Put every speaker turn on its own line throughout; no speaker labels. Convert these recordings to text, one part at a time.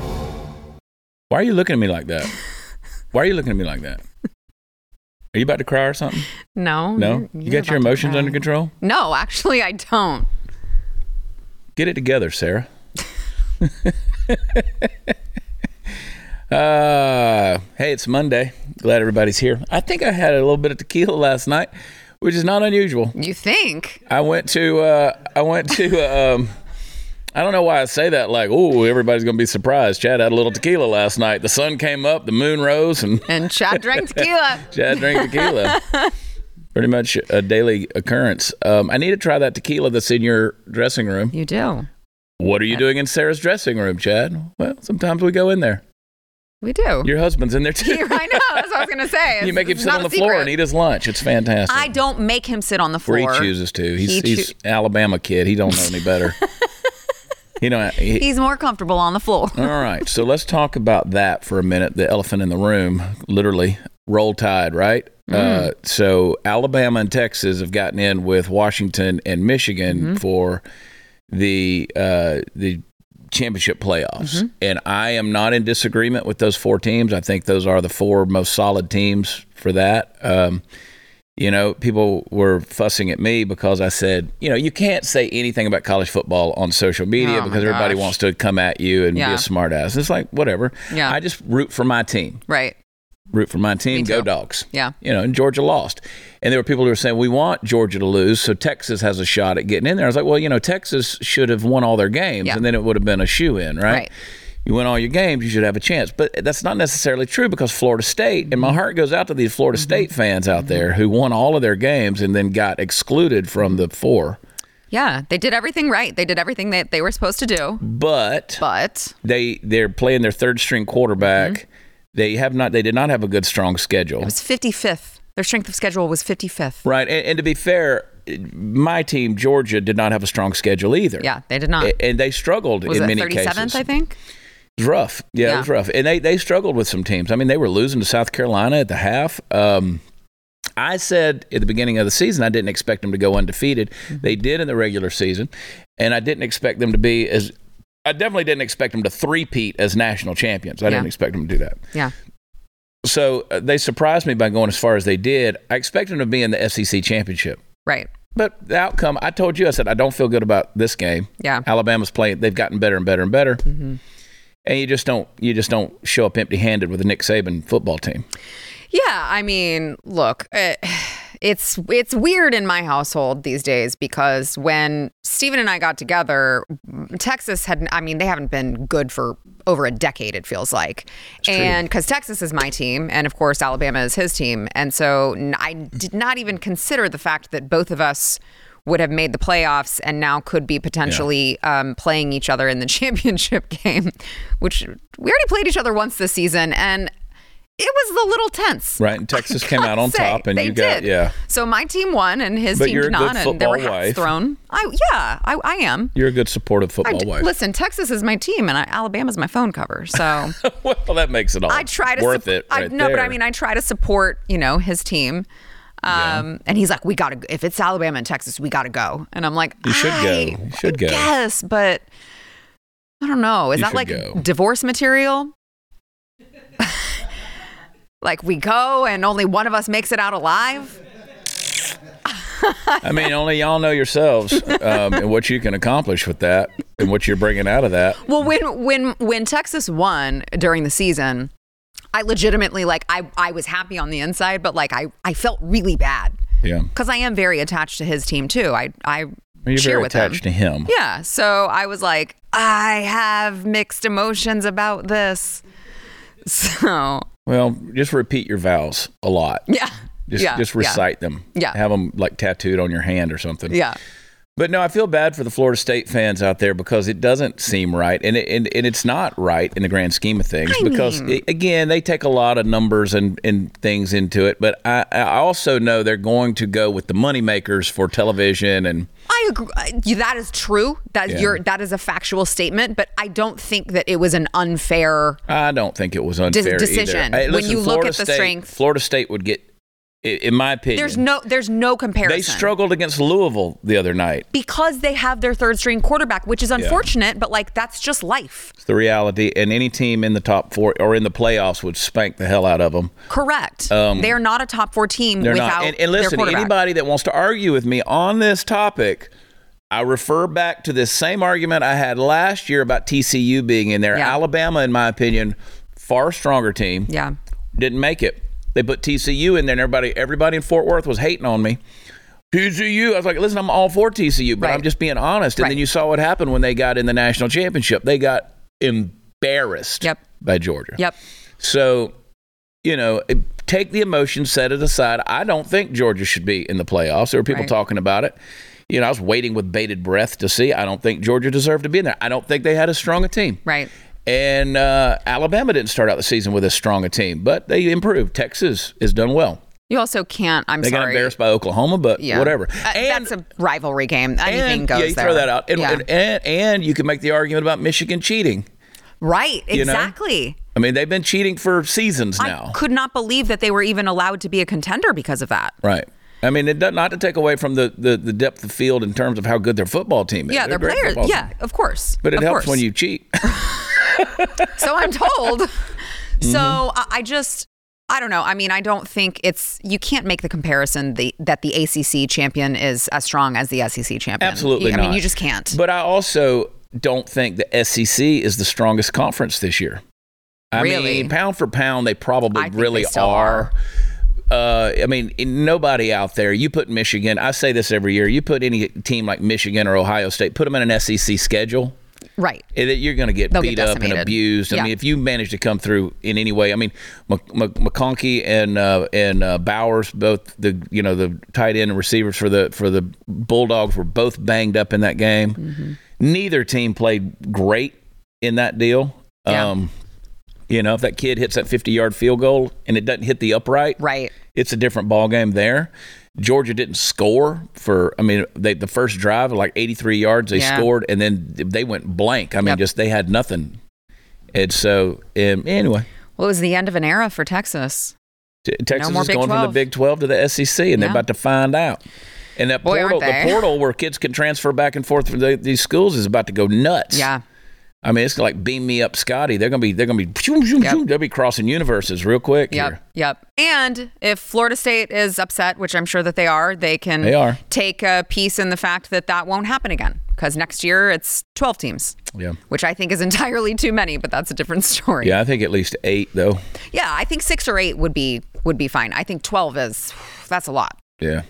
Why are you looking at me like that? Why are you looking at me like that? Are you about to cry or something?
No.
No?
you're-
You
you're
got your
about to
emotions
cry.
under control?
No, actually, I don't.
Get it together, Sarah. uh, hey, it's Monday. Glad everybody's here. I think I had a little bit of tequila last night, which is not unusual.
You think?
I went to uh, I went to um, I don't know why I say that like oh everybody's gonna be surprised. Chad had a little tequila last night. The sun came up, the moon rose, and
And Chad drank tequila.
Chad drank tequila. Pretty much a daily occurrence. Um, I need to try that tequila that's in your dressing room.
You do.
What are you doing in Sarah's dressing room, Chad? Well, sometimes we go in there.
We do.
Your husband's in there too.
Yeah, I know. That's what I was gonna say.
you
It's-
make him
it's
sit
not
on
a
the floor
secret.
and eat his lunch. It's fantastic.
I don't make him sit on the floor.
Where he chooses to. He's,
He choo-
he's Alabama kid. He don't know any better. he don't. He,
He's more comfortable on the floor.
All right. So let's talk about that for a minute. The elephant in the room, literally, roll tide, right?
Mm.
Uh, so Alabama and Texas have gotten in with Washington and Michigan
Mm-hmm.
for the uh, the championship playoffs,
Mm-hmm.
and I am not in disagreement with those four teams. I think those are the four most solid teams for that. Um, you know, people were fussing at me because I said, you know, you can't say anything about college football on social media
Oh, my
because everybody
gosh.
wants to come at you and be
Yeah.
a smart ass. It's like, whatever.
Yeah.
I just root for my team.
Right.
Root for my team.
Me
Go
too.
dogs.
Yeah.
You know, and Georgia lost. And there were people who were saying, we want Georgia to lose, so Texas has a shot at getting in there. I was like, well, you know, Texas should have won all their games,
Yeah.
and then it would have been a shoe in, right?
Right.
You win all your games, you should have a chance. But that's not necessarily true because Florida State, and
Mm-hmm.
my heart goes out to these Florida State fans out there who won all of their games and then got excluded from the four.
Yeah. They did everything right. They did everything that they were supposed to do.
But
But
they they're playing their third string quarterback.
Mm-hmm.
They have not. They did not have a good strong schedule.
it was 55th. Their strength of schedule was 55th.
Right, and, and to be fair, my team Georgia did not have a strong schedule either.
Yeah. They did not.
A- and they struggled
was
in
it
many
37th?
cases.
I think.
It was rough. Yeah, it
Yeah.
was rough, and they they struggled with some teams. I mean, they were losing to South Carolina at the half. Um, I said at the beginning of the season I didn't expect them to go undefeated.
Mm-hmm.
They did in the regular season, and I didn't expect them to be as. I definitely didn't expect them to three-peat as national champions. I
Yeah.
didn't expect them to do that.
Yeah.
So uh, they surprised me by going as far as they did. I expected them to be in the SEC championship,
Right.
but the outcome. I told you, I said I don't feel good about this game.
Yeah. Mm-hmm.
Alabama's playing; they've gotten better and better and better, and you just don't you just don't show up empty-handed with a Nick Saban football team.
Yeah, I mean, look, eh, it's it's weird in my household these days because when Steven and I got together, Texas had I mean, they haven't been good for over a decade it feels like. and cuz Texas is my team and of course Alabama is his team, and so n- I did not even consider the fact that both of us would have made the playoffs and now could be potentially um, playing each other in the championship game, which we already played each other once this season. And it was the little tense.
Right, and Texas came out on
Say,
top, and
they
you got
did.
yeah.
So my team won, and his
But
team
you're a
did not,
good
and there were
football
hats
wife.
thrown. I yeah, I, I am.
You're a good supportive
I
football
d-
wife.
listen, Texas is my team, and I, Alabama's my phone cover. So
well, that makes it all.
I try to
worth
sup-
it. Right
I, no, but I
there.
mean, I try to support you know his team. Um, and he's like, we gotta. g- If it's Alabama and Texas, we gotta go. And I'm like,
You should go.
I-
You should go.
I Yes, but I don't know. Is
You
that
should
like
go.
divorce material? like we go and only one of us makes it out alive.
I mean, only y'all know yourselves um, and what you can accomplish with that, and what you're bringing out of that.
Well, when when when Texas won during the season, I legitimately like I I was happy on the inside, but like I I felt really bad
Yeah,
because I am very attached to his team too. I I
you're
cheer
very
with him.
attached to him.
Yeah, so I was like, I have mixed emotions about this. So
Well, just repeat your vows a lot.
yeah,
Just,
yeah,
just
yeah.
recite them.
Yeah.
Have them like tattooed on your hand or something.
Yeah,
But no, I feel bad for the Florida State fans out there because it doesn't seem right, and it, and, and it's not right in the grand scheme of things. because a- again, they take a lot of numbers and, and things into it, but I, I also know they're going to go with the money makers for television and
I agree. I- you- That is true. That
Yeah.
you're that is a factual statement, but I don't think that it was an unfair.
I don't think it was unfair either.
decision.
Hey,
When
listen,
you look
Florida
at the
State-
strength-
Florida State would get i- in my opinion.
There's no there's no comparison.
They struggled against Louisville the other night.
because they have their third string quarterback, which is unfortunate, but like that's just life.
It's the reality, and any team in the top four or in the playoffs would spank the hell out of them.
Correct. they are not a top four team
Um, They're
Mm-hmm. without
not. And, and
their
listen,
quarterback.
anybody that wants to argue with me on this topic, I refer back to this same argument I had last year about TCU being in there.
Yeah.
Alabama, in my opinion, far stronger team.
Yeah.
Didn't make it. They put TCU in there, and everybody, everybody in Fort Worth was hating on me. TCU. I was like, listen, I'm all for TCU, but I'm
Right.
just being honest. And
Right.
then you saw what happened when they got in the national championship. They got embarrassed
Yep.
by Georgia.
Yep.
So, you know, it- take the emotion, set it aside. I don't think Georgia should be in the playoffs. There were people
Right.
talking about it. You know, I was waiting with bated breath to see. I don't think Georgia deserved to be in there. I don't think they had as strong a team.
Right.
And uh, Alabama didn't start out the season with as strong a team, but they improved. Texas has done well.
You also can't. I'm
They got
sorry.
embarrassed by Oklahoma, but
Yeah.
whatever.
Uh, that's a rivalry game. Anything
and-
goes
yeah, you
there.
throw that out. And,
Yeah.
and, and, and you can make the argument about Michigan cheating.
right.
know?
Exactly.
I mean, they've been cheating for seasons now.
I could not believe that they were even allowed to be a contender because of that.
Right. I mean, it does, not to take away from the, the, the depth of field in terms of how good their football team is.
Yeah,
They're
their
a great
players.
football team.
Yeah, of course.
But it
Of
helps
course.
when you cheat.
so I'm told.
Mm-hmm.
So uh, I, I just, I don't know. I mean, I don't think it's, you can't make the comparison the, that the ACC champion is as strong as the SEC champion.
Absolutely
You- I
not.
mean, you just can't.
But I also don't think the SEC is the strongest conference this year. I
Really?
mean, pound for pound, they probably
I think they
really
still
are. Uh, I mean, in- nobody out there. You put Michigan. I say this every year. You put any team like Michigan or Ohio State. Put them in an SEC schedule.
right.
and eh, that you're going to get
They'll get
beat up and
decimated.
abused. I
Yeah.
mean, if you manage to come through in any way, I mean, Mc- Mc- McConkey and uh, and uh, Bowers, both the you know the tight end and receivers for the for the Bulldogs were both banged up in that game.
Mm-hmm.
Neither team played great in that deal.
Yeah.
Um, you know, if that kid hits that 50 yard field goal and it doesn't hit the upright,
Right.
it's a different ball game there. Georgia didn't score for. I mean, they, the first drive like 83 yards they
Yeah.
scored, and then they went blank. I mean,
Yep.
just they had nothing. And so, um, anyway,
Well, it was the end of an era for Texas.
T- Texas
more
is
Big
going from the
12.
Big 12 to the SEC, and they're
Yeah.
about to find out. And that
Boy, aren't
portal, the
they.
portal where kids can transfer back and forth from the, these schools, is about to go nuts.
Yeah.
I mean, it's like beam me up, Scotty. They're gonna be, they're gonna be, they'll be crossing universes real quick.
Yep.
here.
Yep. And if Florida State is upset, which I'm sure that they are, they can
They are.
take a piece in the fact that that won't happen again because next year it's 12 teams,
Yeah,
which I think is entirely too many, but that's a different story.
yeah. I think at least eight though.
Yeah, I think six or eight would be would be fine. I think twelve is that's a lot.
Yeah,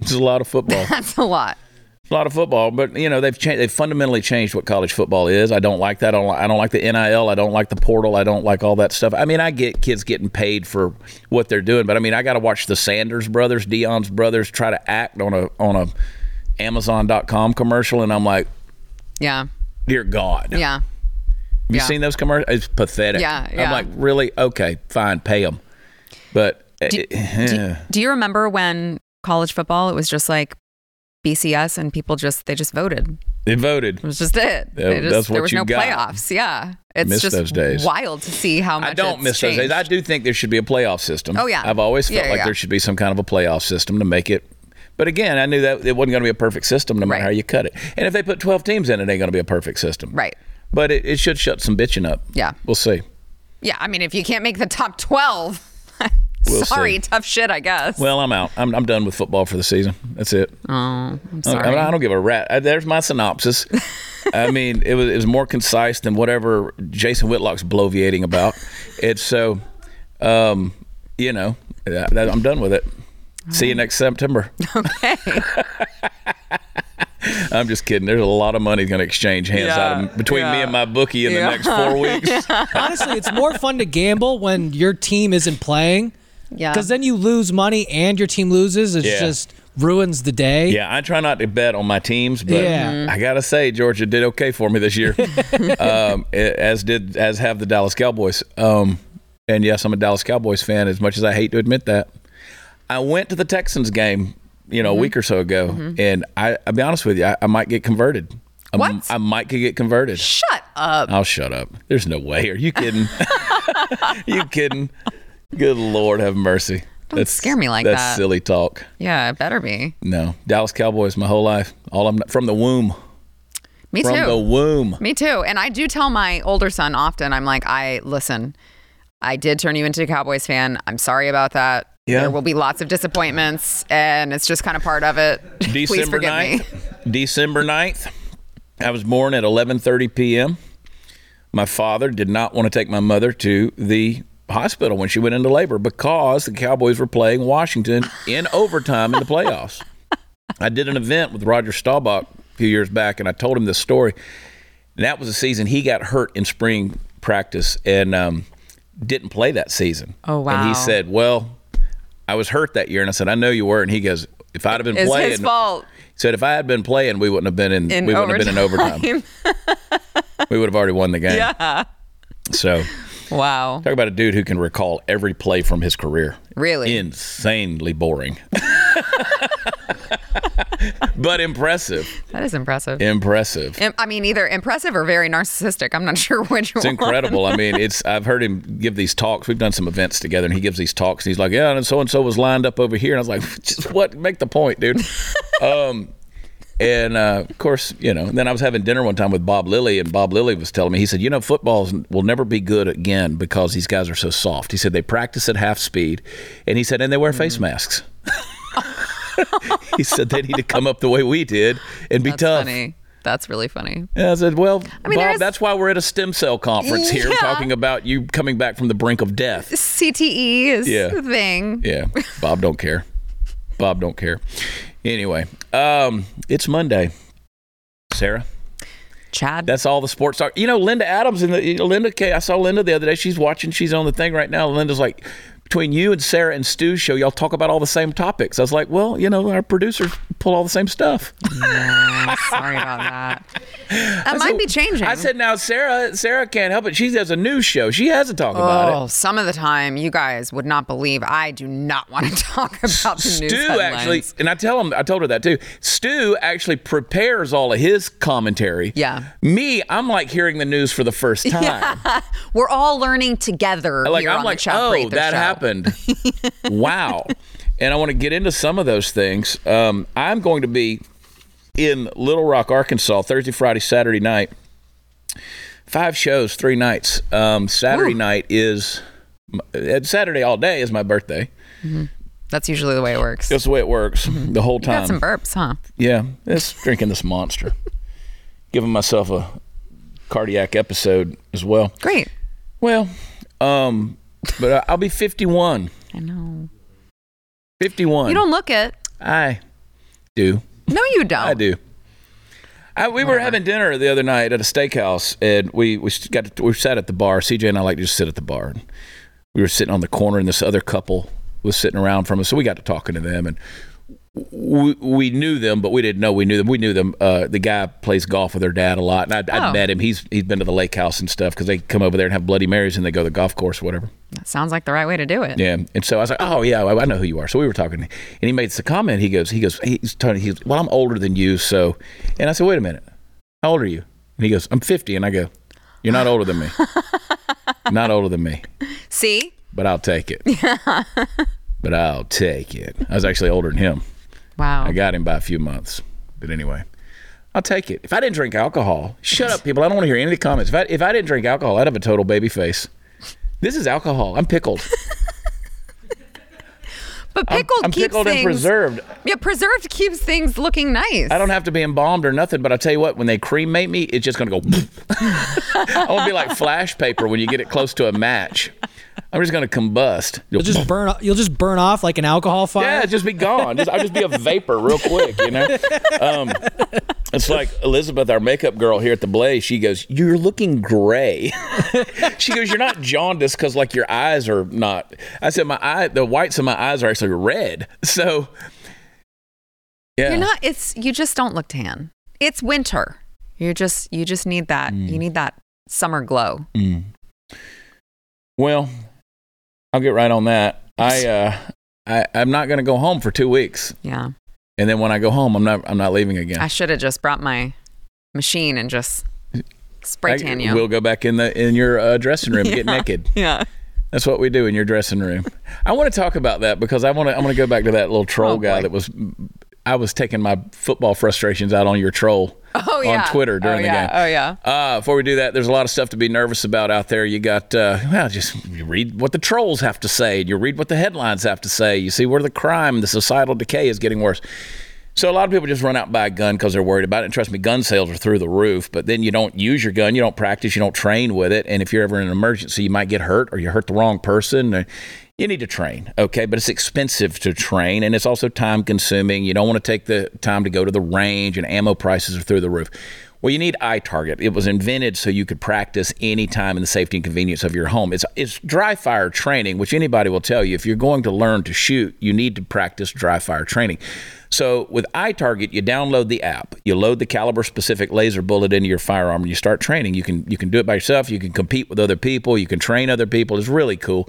it's a lot of football.
That's a lot.
It's a lot of football, but you know they've changed. They've fundamentally changed what college football is. I don't like that. I don't like, I don't like the NIL. I don't like the portal. I don't like all that stuff. I mean, I get kids getting paid for what they're doing, but I mean, I got to watch the Sanders brothers, Dion's brothers, try to act on a on a Amazon.com commercial, and I'm like,
Yeah.
dear God, have
Yeah.
you
yeah.
seen those commercials? It's pathetic.
Yeah,
I'm
yeah.
like, really? Okay, fine, pay them. But eh,
Do, do you remember when college football it was just like BCS and people just they just voted.
they voted.
It was just it. They
That-
just,
that's
there
what
was
you
no
got.
playoffs. Yeah. It's
Miss
just
those days.
wild to see how much
I don't
it's
miss those days.
changed.
I do think there should be a playoff system.
Oh, yeah.
I've always felt
Yeah, yeah,
like
yeah.
there should be some kind of a playoff system to make it. But again, I knew that it wasn't going to be a perfect system no matter
Right.
how you cut it. And if they put 12 teams in, it ain't going to be a perfect system.
Right.
But it, it should shut some bitching up.
Yeah.
We'll see.
Yeah, I mean if you can't make the top 12
We'll
Sorry,
see.
tough shit, I guess.
Well, I'm out. I'm, I'm done with football for the season. That's it.
oh, I'm
I-
sorry.
I, don't give a rat. I, there's my synopsis. I mean, it was, it was more concise than whatever Jason Whitlock's bloviating about. It's so, um, you know, that, that- I'm done with it. See you next September.
okay.
I'm just kidding. There's a lot of money going to exchange hands
Yeah,
out of, between me
yeah.
and my bookie in
Yeah.
the next four weeks.
Honestly, it's more fun to gamble when your team isn't playing.
Yeah.
Because then you lose money and your team loses. It
Yeah.
just ruins the day.
yeah, I try not to bet on my teams, but
Yeah.
Mm-hmm.
Mhm.
I gotta say Georgia did okay for me this year, um, a- as did as have the Dallas Cowboys. Um, and yes, I'm a Dallas Cowboys fan, as much as I hate to admit that. I went to the Texans game, you
Mm-hmm.
know, a week or so ago, and I, I'll be honest with you, I, I might get converted. I m-
What?
I might could get converted.
Shut up.
I'll shut up. There's no way. Are you kidding? you kidding? Good Lord, have mercy.
Don't scare me like
that's
that.
silly talk.
Yeah, it better be.
No, Dallas Cowboys my whole life. All I'm from the womb.
Me
from
too.
the womb.
Me too. And I do tell my older son often, I'm like, I listen, I did turn you into a Cowboys fan. I'm sorry about that.
Yeah.
There will be lots of disappointments, and it's just kind of part of it. Please
December
forgive me.
9th, December 9th. I was born at 11:30 p.m. My father did not want to take my mother to the hospital when she went into labor because the Cowboys were playing Washington in overtime in the playoffs. I did an event with Roger Staubach a few years back, and I told him this story. And that was the season he got hurt in spring practice and um, didn't play that season.
Oh,
And
wow.
he said, "Well, I was hurt that year," and I said, "I know you were." And he goes, "If I'd have been
It's
playing,
his fault.
said if I had been playing, we wouldn't have been in,
In
we wouldn't have been in overtime. we would have already won the game.
yeah.
So
Wow.
talk about a dude who can recall every play from his career.
Really?
Insanely boring. but impressive.
That is impressive.
Impressive.
Im- I mean, either impressive or very narcissistic. I'm not sure which
It's
one.
incredible. I mean, it's I've heard him give these talks. We've done some events together, and he gives these talks. And he's like, "Yeah, and so and so was lined up over here," and I was like, "Just what? Make the point, dude." um, and uh, of course, you know. Then I was having dinner one time with Bob Lilly, and Bob Lilly was telling me he said, "You know, footballs will never be good again because these guys are so soft." He said they practice at half speed, and he said, and they wear face
Mm-hmm.
masks. he said they need to come up the way we did and be
That's
tough.
funny. That's really funny.
And I said, "Well,
mean, there
Bob,
is-
that's why we're at a stem cell conference here,
Yeah.
talking about you coming back from the brink of death."
CTE E is
Yeah.
the thing.
Yeah, Bob don't care. Bob don't care. Anyway, um, it's Monday, Sarah.
Chad.
That's all the sports talk. You know, Linda Adams and the, Linda K. I saw Linda the other day. She's watching. She's on the thing right now. Linda's like, between you and Sarah and Stu's show, y'all talk about all the same topics. I was like, well, you know, our producers pull all the same stuff.
Yeah, sorry about that. That might be changing.
I said, now Sarah, Sarah can't help it. She has a news show. She has to talk about it.
Oh, some of the time you guys would not believe I do not want to talk about the news
Stu actually,
headlines.
and I tell him, I told her that too. Stu actually prepares all of his commentary.
Yeah.
Me, I'm like hearing the news for the first time.
We're all learning together
Like
here
I'm
on
like,
the Chad
oh,
Prather
that
show.
happened. wow. And I want to get into some of those things. Um, I'm going to be in Little Rock, Arkansas, Thursday, Friday, Saturday night. Five shows, three nights. Um, Saturday night is and Saturday all day is my birthday.
That's usually the way it works.
That's the way it works the whole time.
Mm-hmm. Got some burps, huh?
Yeah, it's drinking this monster. Giving myself a cardiac episode as well.
Great.
Well, um, but I- I'll be 51.
I know.
51.
You don't look it.
I do.
No, you don't.
I do. I, we were having dinner the other night at a steakhouse, and we we s- got to, we sat at the bar. CJ and I like to just sit at the bar. And we were sitting on the corner, and this other couple was sitting around from us, so we got to talking to them, and we, we knew them, but we didn't know we knew them. We knew them. Uh, the guy plays golf with their dad a lot, and I'd,
Oh.
I'd met him. He's he's been to the lake house and stuff because they come over there and have Bloody Marys, and they go to the golf course, or whatever.
That sounds like the right way to do it.
Yeah, and so I was like, "Oh yeah, I I know who you are." So we were talking, and he made the comment. He goes, "He goes, he's telling, he's well, I'm older than you, so." And I said, "Wait a minute, how old are you?" And he goes, "I'm 50," and I go, "You're not older than me, not older than me,
See?
but I'll take it." but I'll take it. I was actually older than him.
Wow.
I got him by a few months, but anyway, I'll take it. If I didn't drink alcohol, shut up, people. I don't want to hear any of the comments. If I if I didn't drink alcohol, I'd have a total baby face. This is alcohol. I'm pickled.
but pickled
I'm
keeps
pickled
things.
and preserved.
Yeah, preserved keeps things looking nice.
I don't have to be embalmed or nothing, but I tell you what, when they cremate me, it's just gonna go. I won't be like flash paper when you get it close to a match. I'm just gonna combust.
You'll just burn. o- You'll just burn off like an alcohol fire.
yeah, just be gone. Just, I'll just be a vapor real quick, you know. Um, it's like Elizabeth, our makeup girl here at the Blaze. She goes, "You're looking gray." she goes, "You're not jaundiced because like your eyes are not." I said, "My eye, the whites of my eyes are actually red." So, yeah,
You're not. It's you just don't look tan. It's winter. You just you just need that. You need that summer glow.
Mm. Well, I'll get right on that. I uh, I I'm not going to go home for two weeks,
Yeah.
and then when I go home, I'm not I'm not leaving again.
I should have just brought my machine and just spray
I-
tan you.
We'll go back in the in your uh, dressing room, get naked.
Yeah.
That's what we do in your dressing room. I want to talk about that because I want to. I want to go back to that little troll
Oh,
guy
boy.
that was. I was taking my football frustrations out on your troll
Oh yeah.
on Twitter during
oh,
the
yeah.
game.
Oh yeah.
Uh, before we do that, there's a lot of stuff to be nervous about out there. You got, uh, well, just you read what the trolls have to say, and you read what the headlines have to say. You see where the crime, the societal decay is getting worse. So a lot of people just run out and buy a gun because they're worried about it. And trust me, gun sales are through the roof. But then you don't use your gun, you don't practice, you don't train with it, and if you're ever in an emergency, you might get hurt or you hurt the wrong person. Or you need to train, okay? But it's expensive to train, and it's also time consuming. You don't want to take the time to go to the range, and ammo prices are through the roof. Well, you need iTarget. It was invented so you could practice anytime in the safety and convenience of your home. It's it's dry fire training, which anybody will tell you. If you're going to learn to shoot, you need to practice dry fire training. So with iTarget, you download the app, you load the caliber specific laser bullet into your firearm, and you start training. You can you can do it by yourself. You can compete with other people. You can train other people. It's really cool.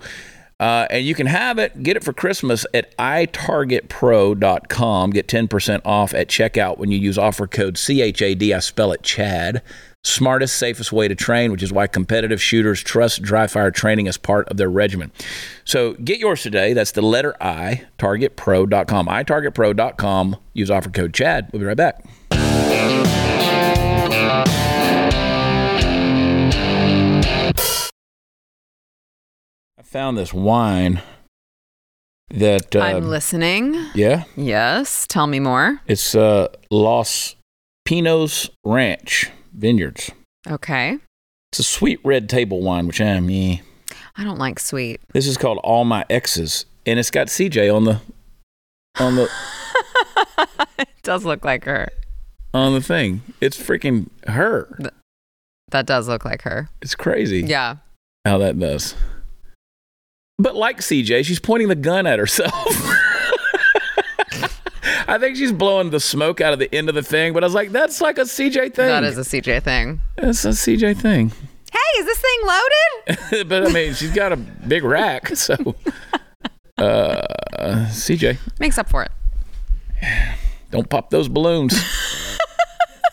Uh, and you can have it, get it for Christmas at itargetpro.com. Get 10% off at checkout when you use offer code CHAD. I spell it CHAD. Smartest, safest way to train, which is why competitive shooters trust dry fire training as part of their regimen. So get yours today. That's the letter I, targetpro.com. itargetpro.com. Use offer code CHAD. We'll be right back. I found this wine that. Uh,
I'm listening.
yeah.
Yes. Tell me more.
It's uh, Los Pinos Ranch Vineyards.
Okay.
It's a sweet red table wine, which I mean,
I don't like sweet.
this is called All My Exes, and it's got CJ on the on the
it does look like her.
on the thing. It's freaking her.
That does look like her.
It's crazy
Yeah.
how that does. But like CJ, she's pointing the gun at herself. I think she's blowing the smoke out of the end of the thing, but I was like, that's like a CJ thing.
That is a CJ thing.
that's a CJ thing.
Hey, is this thing loaded?
but I mean, she's got a big rack, so uh, CJ,
Makes up for it.
don't pop those balloons.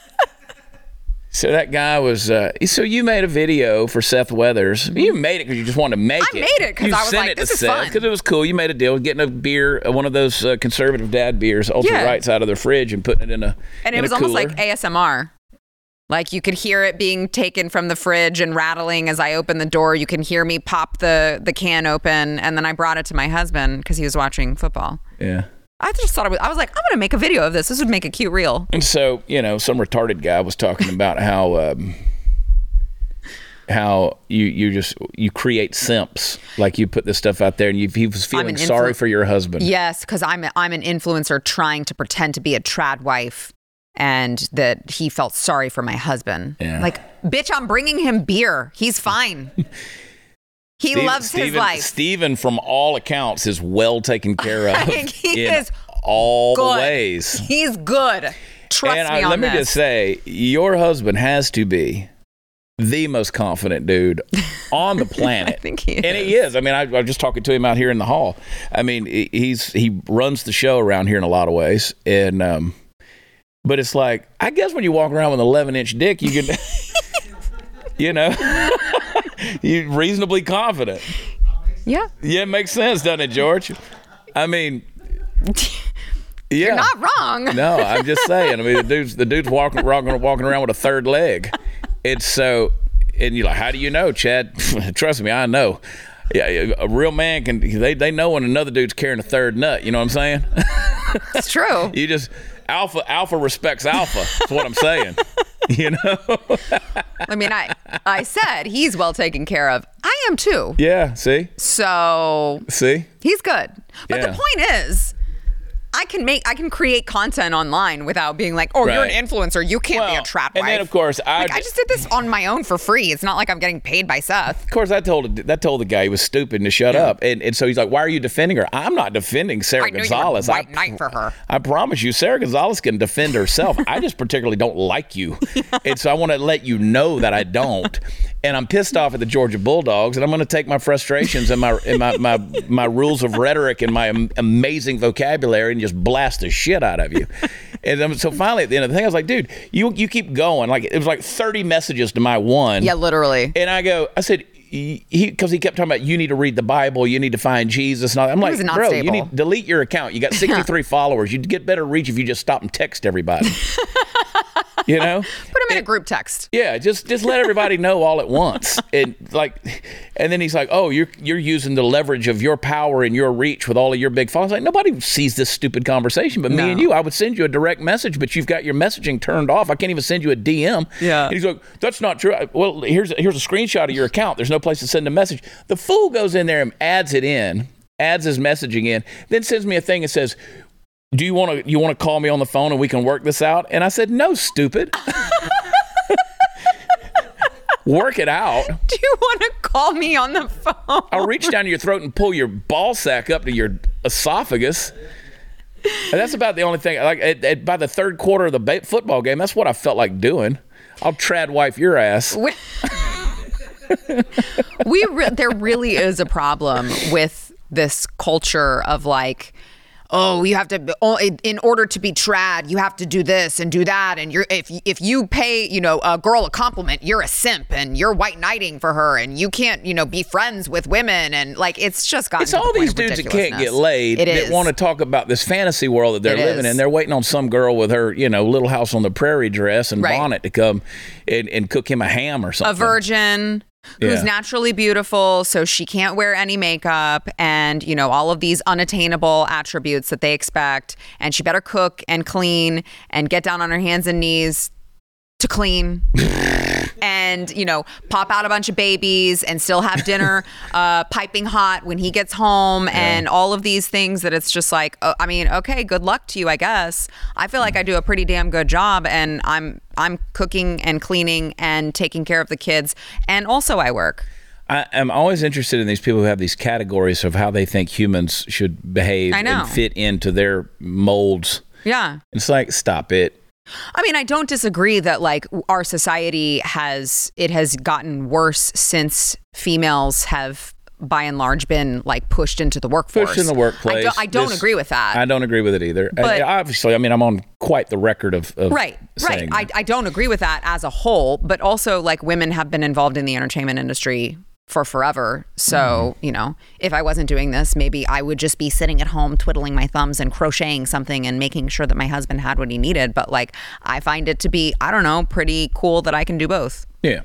so that guy was. Uh, so you made a video for Seth Weathers. You made it because you just wanted to make
Mm-hmm. I
it.
made it 'cause
You
I was
sent
like,
it
this
to
is
Seth
fun.
because it was cool. You made a deal, getting a beer, uh, one of those uh, conservative dad beers, ultra
Yeah.
rights out of their fridge and putting it in a.
And
in
it
a
was almost like
cooler.
ASMR. Like you could hear it being taken from the fridge and rattling as I opened the door. You can hear me pop the the can open, and then I brought it to my husband because he was watching football.
yeah.
I just thought it was, I was like, I'm gonna make a video of this. This would make a cute reel.
And so, you know, some retarded guy was talking about how um, how you you just you create simps, like you put this stuff out there, and you, he was feeling
an
sorry
influ-
for your husband.
Yes, because I'm a, I'm an influencer trying to pretend to be a trad wife, and that he felt sorry for my husband.
Yeah.
Like, bitch, I'm bringing him beer. He's fine. He
Steve-
loves his
Steven-
life.
Steven, from all accounts, is well taken care of.
I think he
in
is
all the
good.
ways.
He's good. Trust
and
me
I,
on
let
this.
me just say, your husband has to be the most confident dude on the planet.
I think he is.
And he is. I mean, I, I was just talking to him out here in the hall. I mean, he- he's he runs the show around here in a lot of ways, and um, but it's like I guess when you walk around with an eleven inch dick, you can, you know, you reasonably confident.
yeah.
Yeah, it makes sense, doesn't it, George? I mean, yeah,
You're not wrong.
no, I'm just saying. I mean, the dude's the dude's walking walking walking around with a third leg. It's so, and you're like, how do you know, Chad? Trust me, I know. Yeah, yeah, a real man can. They they know when another dude's carrying a third nut. You know what I'm saying?
It's true.
You just alpha alpha respects alpha. That's what I'm saying. You know?
I mean, I I said he's well taken care of. I am too.
Yeah. See.
So
See.
he's good. But
Yeah.
the point is I can make I can create content online without being like, oh, you're an
Right.
influencer. You can't be
Well,
a trap
and
wife.
then, of course, I
like, I
ju-
just did this on my own for free. It's not like I'm getting paid by Seth.
Of course, I told that told the guy he was stupid and to shut up, and and so he's like, "Why are you defending her?" I'm not defending Sarah
I knew
Gonzalez.
you were white
I
knight for her.
I promise you, Sarah Gonzalez can defend herself. I just particularly don't like you. And so I want to let you know that I don't. And I'm pissed off at the Georgia Bulldogs, and I'm going to take my frustrations and my and my, my my rules of rhetoric and my am- amazing vocabulary and just blast the shit out of you. And I'm, so finally, at the end of the thing, I was like, "Dude, you you keep going." Like it was like 30 messages to my one.
Yeah, literally.
And I go, I said, he because he kept talking about you need to read the Bible, you need to find Jesus. And all that. I'm
He
like,
was not
bro, you
stable."
need delete your account. You got 63 followers. You'd get better reach if you just stop and text everybody. you know,
Put him in a group text.
yeah, just just let everybody know all at once. And like, and then he's like, oh, you're you're using the leverage of your power and your reach with all of your big followers. Like nobody sees this stupid conversation, but me and you. I would send you a direct message, but you've got your messaging turned off. I can't even send you a DM.
Yeah.
And he's like, that's not true. I- Well, here's here's a screenshot of your account. There's no place to send a message. The fool goes in there and adds it in, adds his messaging in, then sends me a thing and says. Do you want to you want to call me on the phone and we can work this out? And I said, "No, stupid. work it out.
Do you want to call me on the phone?
I'll reach down to your throat and pull your ball sack up to your esophagus. And that's about the only thing. Like at, at, by the third quarter of the ba- football game, that's what I felt like doing. I'll trad wife your ass.
We, we re- there really is a problem with this culture of like oh you have to be- oh, in in order to be trad you have to do this and do that and you're if if you pay you know a girl a compliment you're a simp and you're white knighting for her and you can't you know be friends with women and like it's just gotten
It's
to the
all
point
these
of
dudes that can't get
ridiculousness.
laid
it
that
is
want to talk about this fantasy world that they're
It
living
is.
in. They're waiting on some girl with her, you know, little house on the prairie dress and
Right.
bonnet to come and, and cook him a ham or something.
a virgin who's
Yeah.
naturally beautiful so she can't wear any makeup and you know all of these unattainable attributes that they expect and she better cook and clean and get down on her hands and knees to clean and you know pop out a bunch of babies and still have dinner uh, piping hot when he gets home and all of these things that it's just like oh, i mean okay good luck to you i guess i feel like i do a pretty damn good job and i'm i'm cooking and cleaning and taking care of the kids and also i work
I, I'm always interested in these people who have these categories of how they think humans should behave
I know.
and fit into their molds.
yeah
It's like, stop it.
I mean, I don't disagree that like our society has it has gotten worse since females have by and large been like pushed into the workforce.
Push in the
I
workplace.
don't, I don't
This-
agree with that.
I don't agree with it either. And
But-
obviously, I mean, I'm on quite the record of, of
right. Right.
saying
I,
that.
I don't agree with that as a whole, but also like women have been involved in the entertainment industry for forever. So,
Mm-hmm.
you know, if I wasn't doing this, maybe I would just be sitting at home twiddling my thumbs and crocheting something and making sure that my husband had what he needed. But like, I find it to be, I don't know, pretty cool that I can do both.
yeah,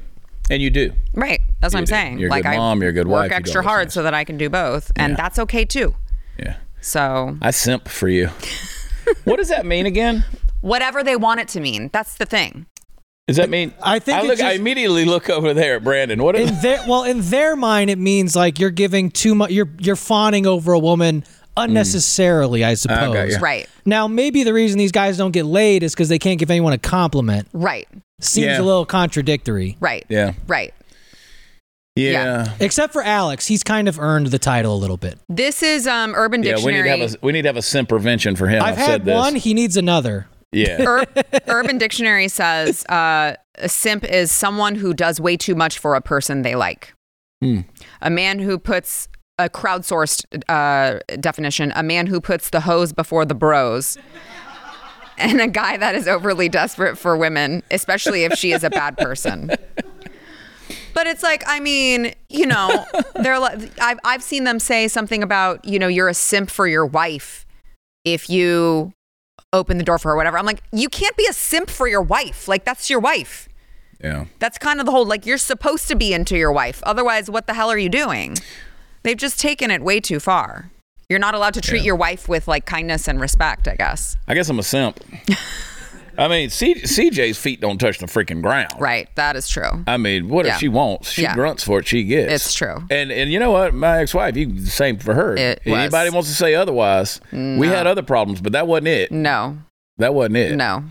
and you do.
Right. That's what I'm
do.
saying.
You're a
like
good mom,
I
you're a good wife, you
work
do all
extra
those
hard
things.
so that I can do both, and that's okay too.
Yeah,
So
I simp for you. what does that mean again?
whatever they want it to mean, that's the thing.
Does that mean
I think
I,
it
look, I
just-
immediately look over there at Brandon? What?
In their well, in their mind, it means like you're giving too much. You're you're fawning over a woman unnecessarily, I suppose.
Mm. ya.
Right.
Now, maybe the reason these guys don't get laid is because they can't give anyone a compliment.
Right.
Seems
Yeah.
a little contradictory.
Right.
yeah,
Right.
yeah.
Except for Alex, he's kind of earned the title a little bit.
This is um Urban
Yeah, we need
Dictionary.
to have a we need to have a simp prevention for him.
I've
I've, said
had
this.
one. He needs another.
Yeah,
Ur- Urban Dictionary says uh, a simp is someone who does way too much for a person they like.
Hmm.
A man who puts a crowdsourced uh, definition: a man who puts the hose before the bros, and a guy that is overly desperate for women, especially if she is a bad person. But it's like, I mean, you know, they're like, I've, I've seen them say something about, you know, you're a simp for your wife if you open the door for her, whatever. I'm like, you can't be a simp for your wife. Like, that's your wife.
yeah.
That's kind of the whole, like, you're supposed to be into your wife. Otherwise, what the hell are you doing? They've just taken it way too far. You're not allowed to treat your wife with, like, kindness and respect, I guess.
I guess I'm a simp. I mean, C- CJ's feet don't touch the freaking ground.
Right. That is true.
I mean, what
Yeah.
if she wants? She
Yeah.
grunts for it. She gets.
It's true.
And and you know what? My ex-wife, you the same for her.
It was.
Anybody wants to say otherwise? We had other problems, but that wasn't it.
No,
That wasn't it.
no.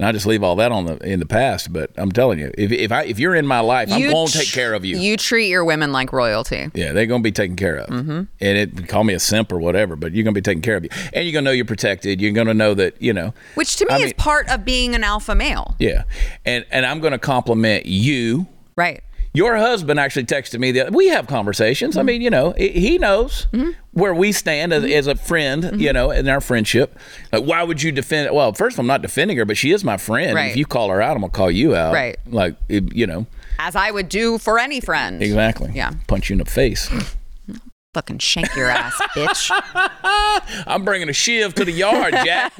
And I just leave all that on the in the past. But I'm telling you, if if I if you're in my life, I'm going to
tr-
take care of you.
You treat your women like royalty.
yeah, they're going to be taken care of. Mm-hmm. And it call me a simp or whatever, but you're going to be taken care of you. And you're going to know you're protected. You're going to know that, you know.
Which to me
I
is
mean-
part of being an alpha male.
Yeah. And and I'm going to compliment you
Right.
Your husband actually texted me that we have conversations.
Mm-hmm.
I mean, you know, he- he knows where we stand as, as a friend,
Mm-hmm.
you know, in our friendship. Like, why would you defend? Well, first, I'm not defending her, but she is my friend.
Right.
If you call her out, I'm gonna call you out.
Right.
Like, it- you know,
as I would do for any friend.
exactly.
Yeah.
Punch you in the face.
Fucking shank your ass, bitch.
I'm bringing a shiv to the yard, Jack.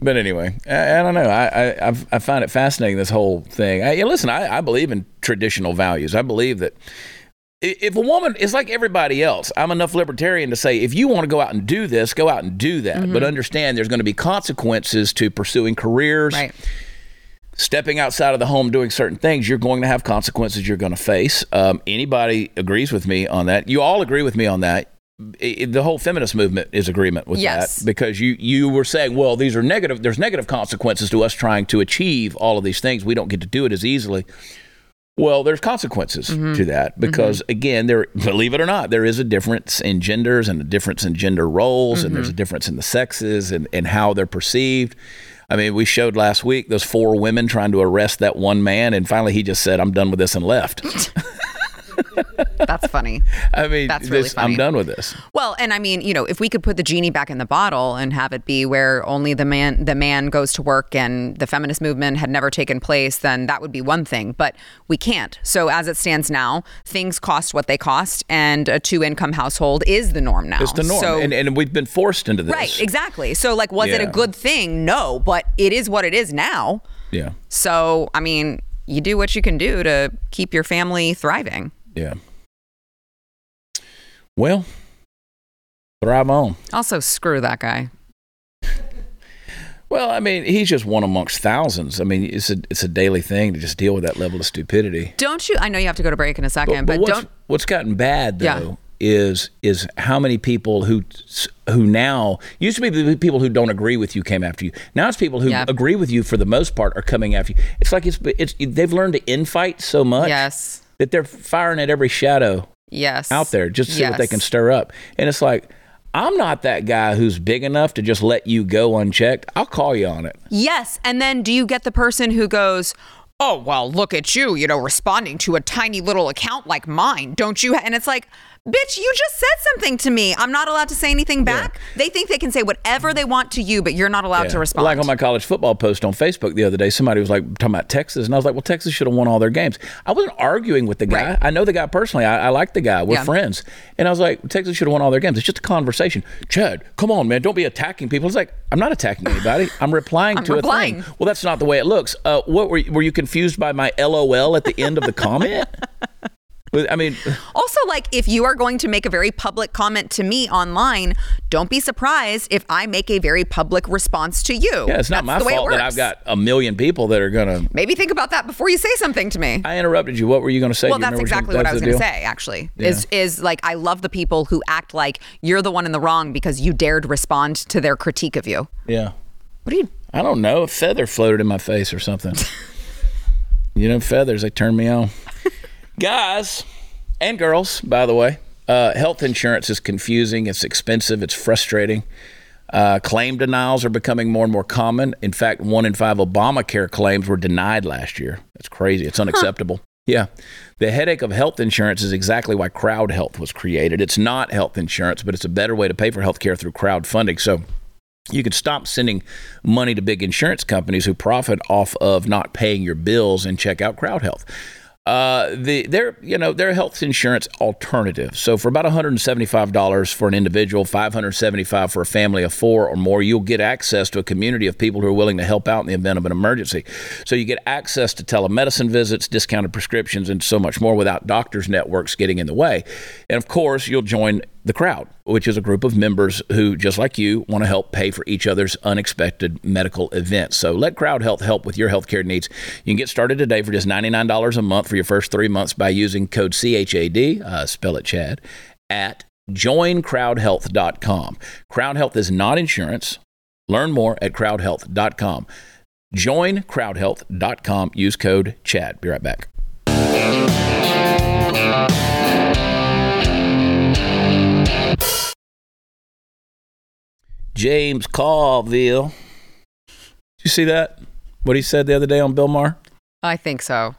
but anyway, I, I don't know. I, I I've- I find it fascinating this whole thing. I, yeah, listen, I, I believe in traditional values. I believe that i- if a woman is like everybody else, I'm enough libertarian to say if you want to go out and do this, go out and do that, but understand there's going to be consequences to pursuing careers
Right.
stepping outside of the home doing certain things you're going to have consequences you're going to face um, anybody agrees with me on that you all agree with me on that I- I- the whole feminist movement is agreement with
Yes.
that because you you were saying well these are negative there's negative consequences to us trying to achieve all of these things we don't get to do it as easily well there's consequences
Mm-hmm.
to that because again there believe it or not there is a difference in genders and a difference in gender roles and
Mm-hmm.
there's a difference in the sexes and, and how they're perceived I mean, we showed last week those four women trying to arrest that one man, and finally he just said, "I'm done with this" and left.
That's funny.
I mean,
That's really
this,
funny.
I'm done with this.
Well, and I mean, you know, if we could put the genie back in the bottle and have it be where only the man the man goes to work and the feminist movement had never taken place, then that would be one thing, but we can't. So as it stands now, things cost what they cost and a two-income household is the norm now.
It's the norm,
So
and, and we've been forced into this.
right, exactly. So like was it a
Yeah.
good thing? No, but it is what it is now.
Yeah,
So, I mean, you do what you can do to keep your family thriving.
yeah. Well, thrive on.
Also, screw that guy.
Well, I mean, he's just one amongst thousands. I mean, it's a it's a daily thing to just deal with that level of stupidity.
Don't you? I know you have to go to break in a second, but,
what's,
don't.
what's gotten bad though
Yeah.
is is how many people who who now used to be the people who don't agree with you came after you. Now it's people who
Yeah.
agree with you for the most part are coming after you. It's like it's it's they've learned to infight so much
Yes.
that they're firing at every shadow
Yes.
out there just to see what they
Yes.
can stir up. And it's like I'm not that guy who's big enough to just let you go unchecked. I'll call you on it.
Yes. And then do you get the person who goes, Oh, well, look at you, you know, responding to a tiny little account like mine, don't you? ha-" And it's like, Bitch, you just said something to me. I'm not allowed to say anything back. They think they can say whatever they want to you, but you're not allowed to
Yeah.
respond.
Like on my college football post on Facebook the other day, somebody was like talking about Texas, and I was like, "Well, Texas should have won all their games." I wasn't arguing with the guy.
Right.
I know the guy personally. I, I like the guy. We're
Yeah.
friends. And I was like, "Texas should have won all their games." It's just a conversation. Chad, come on, man, don't be attacking people. It's like I'm not attacking anybody. I'm replying
I'm
to a
replying.
thing. Well, that's not the way it looks. Uh, what were you, were you confused by my LOL at the end of the comment? But, I mean,
Also, like if you are going to make a very public comment to me online, don't be surprised if I make a very public response to you.
yeah, it's not
That's the
my
way it
fault that I've
works.
got a million people that are gonna.
Maybe think about that before you say something to me.
I interrupted you. What were you gonna say?
well,
You
that's
remember you-
exactly what I
that's
was
the
going to
deal?
say. Actually, is is like I love the people who act like you're the one in the wrong because you dared respond to their critique of you.
Yeah.
What are you?
I don't know. A feather floated in my face or something. you know, feathers, they turn me on. Guys and girls, by the way, uh, health insurance is confusing, it's expensive, it's frustrating. Uh, claim denials are becoming more and more common. In fact, one in five Obamacare claims were denied last year. That's crazy. It's unacceptable. Yeah. The headache of health insurance is exactly why crowd health was created. It's not health insurance, but it's a better way to pay for health care through crowdfunding. So, you could stop sending money to big insurance companies who profit off of not paying your bills and check out crowd health uh, the their you know their health insurance alternative. So for about one hundred and seventy five dollars for an individual, five hundred seventy five for a family of four or more, you'll get access to a community of people who are willing to help out in the event of an emergency. So you get access to telemedicine visits, discounted prescriptions, and so much more without doctors' networks getting in the way. And of course, you'll join the crowd, which is a group of members who, just like you, want to help pay for each other's unexpected medical events. So let Crowd Health help with your healthcare needs. You can get started today for just $99 a month for your first three months by using code CHAD, uh, spell it Chad, at joincrowdhealth.com. Crowd Health is not insurance. Learn more at crowdhealth.com. Join crowdhealth.com. Use code CHAD. Be right back. James Colville. Did you see that? What he said the other day on Bill Maher?
I think so.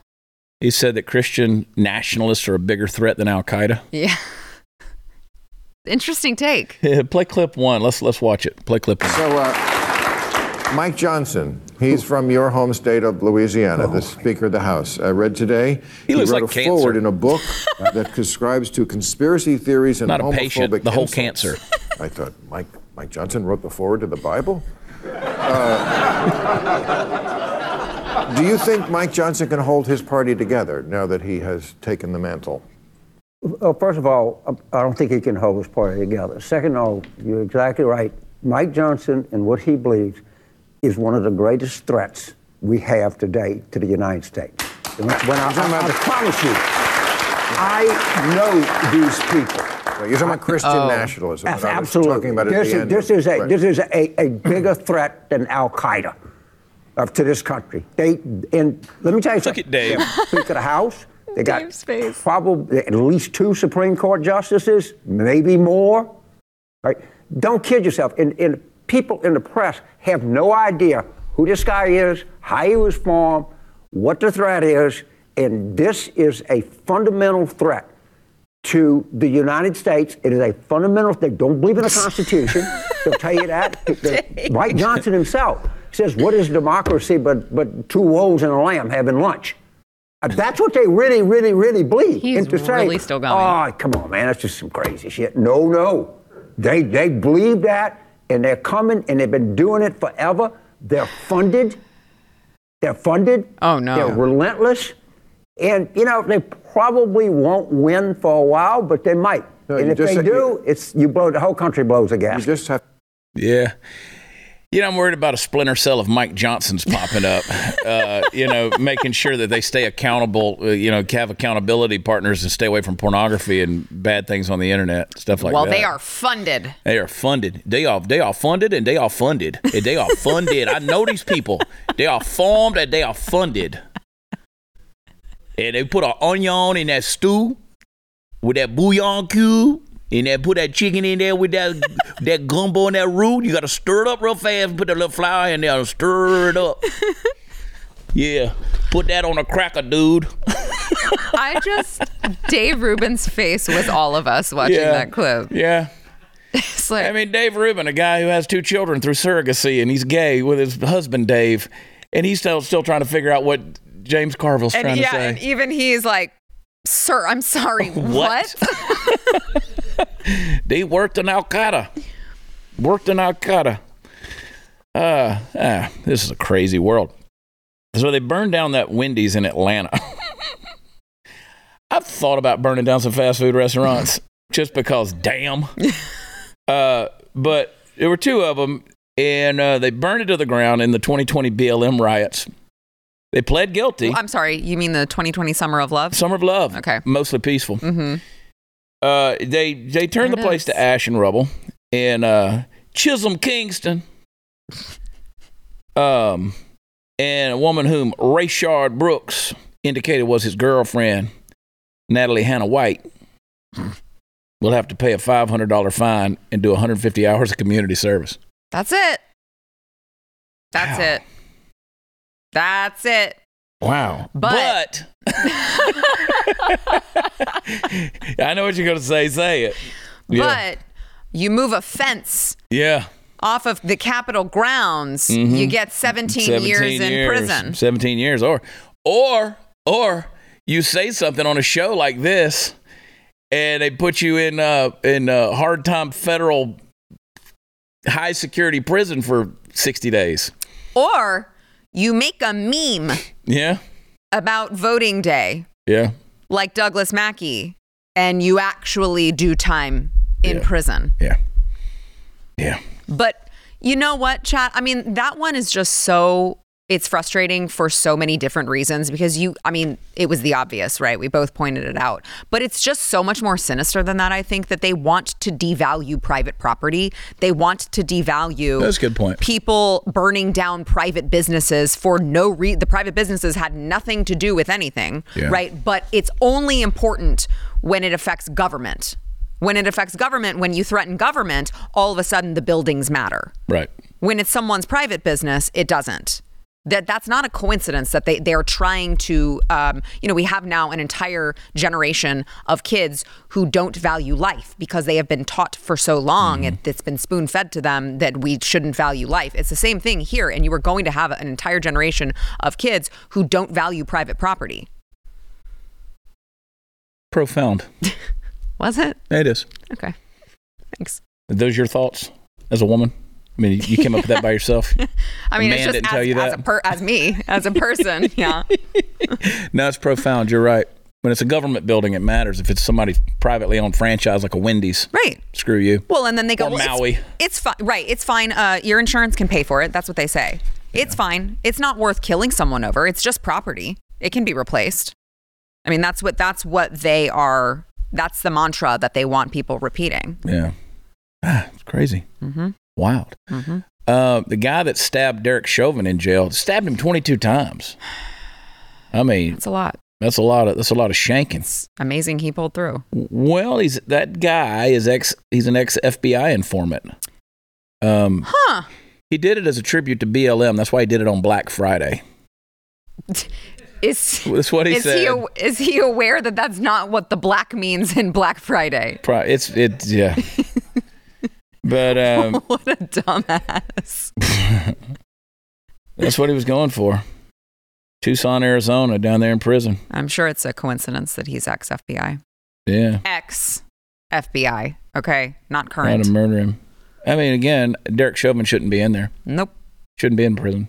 He said that Christian nationalists are a bigger threat than Al Qaeda.
Yeah. Interesting take.
Play clip one. Let's let's watch it. Play clip one.
So, uh, Mike Johnson, he's from your home state of Louisiana, the Speaker of the House. I read today
Oh, He looks
wrote
like
a
cancer.
forward in a book that ascribes to conspiracy theories and
Not a
homophobic
patient. The whole
insults.
cancer.
I thought Mike Mike Johnson wrote the forward to the Bible. Uh, do you think Mike Johnson can hold his party together now that he has taken the mantle?
Well, Oh, first of all, um, I don't think he can hold his party together. Second of all, you're exactly right. Mike Johnson and what he believes is one of the greatest threats we have today to the United States. And When when I, I, I promise you, I know these people.
You're talking about Christian nationalism.
Ab-
that I was
Oh. Absolutely.
Talking about at
this,
the
is,
end.
this is a
Right.
this is a, a bigger threat than Al Qaeda of to this country. They and let me tell you something.
at Dave.
They have Speaker of the House. They got
Dave's face.
probably at least two Supreme Court justices, maybe more. Right? Don't kid yourself. And, and people in the press have no idea who this guy is, how he was formed, what the threat is, and this is a fundamental threat to the United States. It is a fundamental. They don't believe in the Constitution. They'll tell you that. The- Mike Johnson himself says, "What is democracy but but two wolves and a lamb having lunch?" Uh, That's what they really, really, really believe.
He is
and to say,
really still going.
Oh, come on, man, that's just some crazy shit. No, no, they they believe that, and they're coming, and they've been doing it forever. They're funded. They're funded.
Oh, no.
They're relentless. And, you know, they probably won't win for a while, but they might.
No,
and
you
if
just
they
said-
do, it's you blow the whole country blows a
You
gas.
just have
Yeah. You know, I'm worried about a splinter cell of Mike Johnson's popping up. uh, you know, making sure that they stay accountable. Uh, you know, have accountability partners and stay away from pornography and bad things on the internet, stuff like
well,
that.
they are funded.
They are funded. They are they are funded and they are funded. And they are funded. I know these people. They are formed and they are funded. And they put an onion in that stew with that bouillon cube. And they put that chicken in there with that that gumbo and that root. You gotta stir it up real fast. Put that little flour in there and stir it up. Yeah. Put that on a cracker, dude.
I just Dave Rubin's face was all of us watching that clip.
Yeah.
It's like
I mean, Dave Rubin, a guy who has two children through surrogacy, and he's gay with his husband Dave, and he's still still trying to figure out what James Carville's trying
and
to
yeah,
say.
and even he's like, Sir, I'm sorry, what?
What? they worked in Al Qaeda. Worked in Al Qaeda. Uh, ah, this is a crazy world. So they burned down that Wendy's in Atlanta. I've thought about burning down some fast food restaurants just because, damn. Uh, but there were two of them, and uh, they burned it to the ground in the 2020 BLM riots. They pled guilty.
I'm sorry, you mean the 2020 Summer of Love?
Summer of Love.
Okay.
Mostly peaceful.
Mm-hmm.
Uh, they they turned
There
the
it
place
is.
to ash and rubble, and uh, Chisholm Kingston, um, and a woman whom Rayshard Brooks indicated was his girlfriend, Natalie Hannah White, will have to pay a five hundred dollar fine and do one hundred fifty hours of community service.
That's it. That's
Wow.
it. That's it.
Wow.
But-
But- I know what you're going to say. Say it. Yeah.
But you move a fence
yeah.
off of the Capitol grounds,
Mm-hmm.
you get 17, years, in prison.
17 years or or or you say something on a show like this and they put you in uh in a hard time federal high security prison for 60 days.
Or you make a meme
Yeah.
about voting day,
Yeah.
like Douglas Mackey, and you actually do time in
Yeah.
prison.
Yeah. Yeah.
But you know what, chat? I mean, that one is just so it's frustrating for so many different reasons because you I mean, it was the obvious, right? We both pointed it out. But it's just so much more sinister than that, I think, that they want to devalue private property. They want to devalue
That's a good point.
people burning down private businesses for no re the private businesses had nothing to do with anything,
Yeah.
right? But it's only important when it affects government. When it affects government, when you threaten government, all of a sudden the buildings matter.
Right.
When it's someone's private business, it doesn't. that that's not a coincidence that they they are trying to um, you know we have now an entire generation of kids who don't value life because they have been taught for so long it, it's been spoon fed to them that we shouldn't value life it's the same thing here and you are going to have an entire generation of kids who don't value private property
Profound.
was it
It is.
okay thanks
Are those your thoughts as a woman? I mean, you came up with that by yourself.
I mean,
man
it's just
didn't
as,
tell you
as
that?
a per, as me, as a person, yeah.
No, it's profound. You're right. When it's a government building, it matters. If it's somebody privately owned franchise like a Wendy's,
Right.
Screw you.
Well, and then they go
Or
well, it's-
Maui.
It's, fine, right? It's fine. Uh, your insurance can pay for it. That's what they say. It's fine. It's not worth killing someone over. It's just property. It can be replaced. I mean, that's what that's what they are. That's the mantra that they want people repeating.
Yeah. Ah, it's crazy.
Mm-hmm.
Wild. Uh, the guy that stabbed Derek Chauvin in jail stabbed him 22 times. I mean,
That's a lot.
that's a lot of that's a lot of shanking.
It's amazing he pulled through.
Well, he's that guy is ex he's an ex FBI informant. Um,
Huh?
he did it as a tribute to BLM. That's why he did it on Black Friday.
Is
That's what he
is
said.
he aw- is he aware that that's not what the black means in Black Friday?
Pro- it's it's yeah. but um,
What a dumbass.
that's what he was going for. Tucson, Arizona, down there in prison.
I'm sure it's a coincidence that he's ex FBI.
Yeah,
Ex FBI. Okay. Not
trying
current.
to murder him. I mean, again, Derek Chauvin shouldn't be in there.
Nope.
Shouldn't be in prison.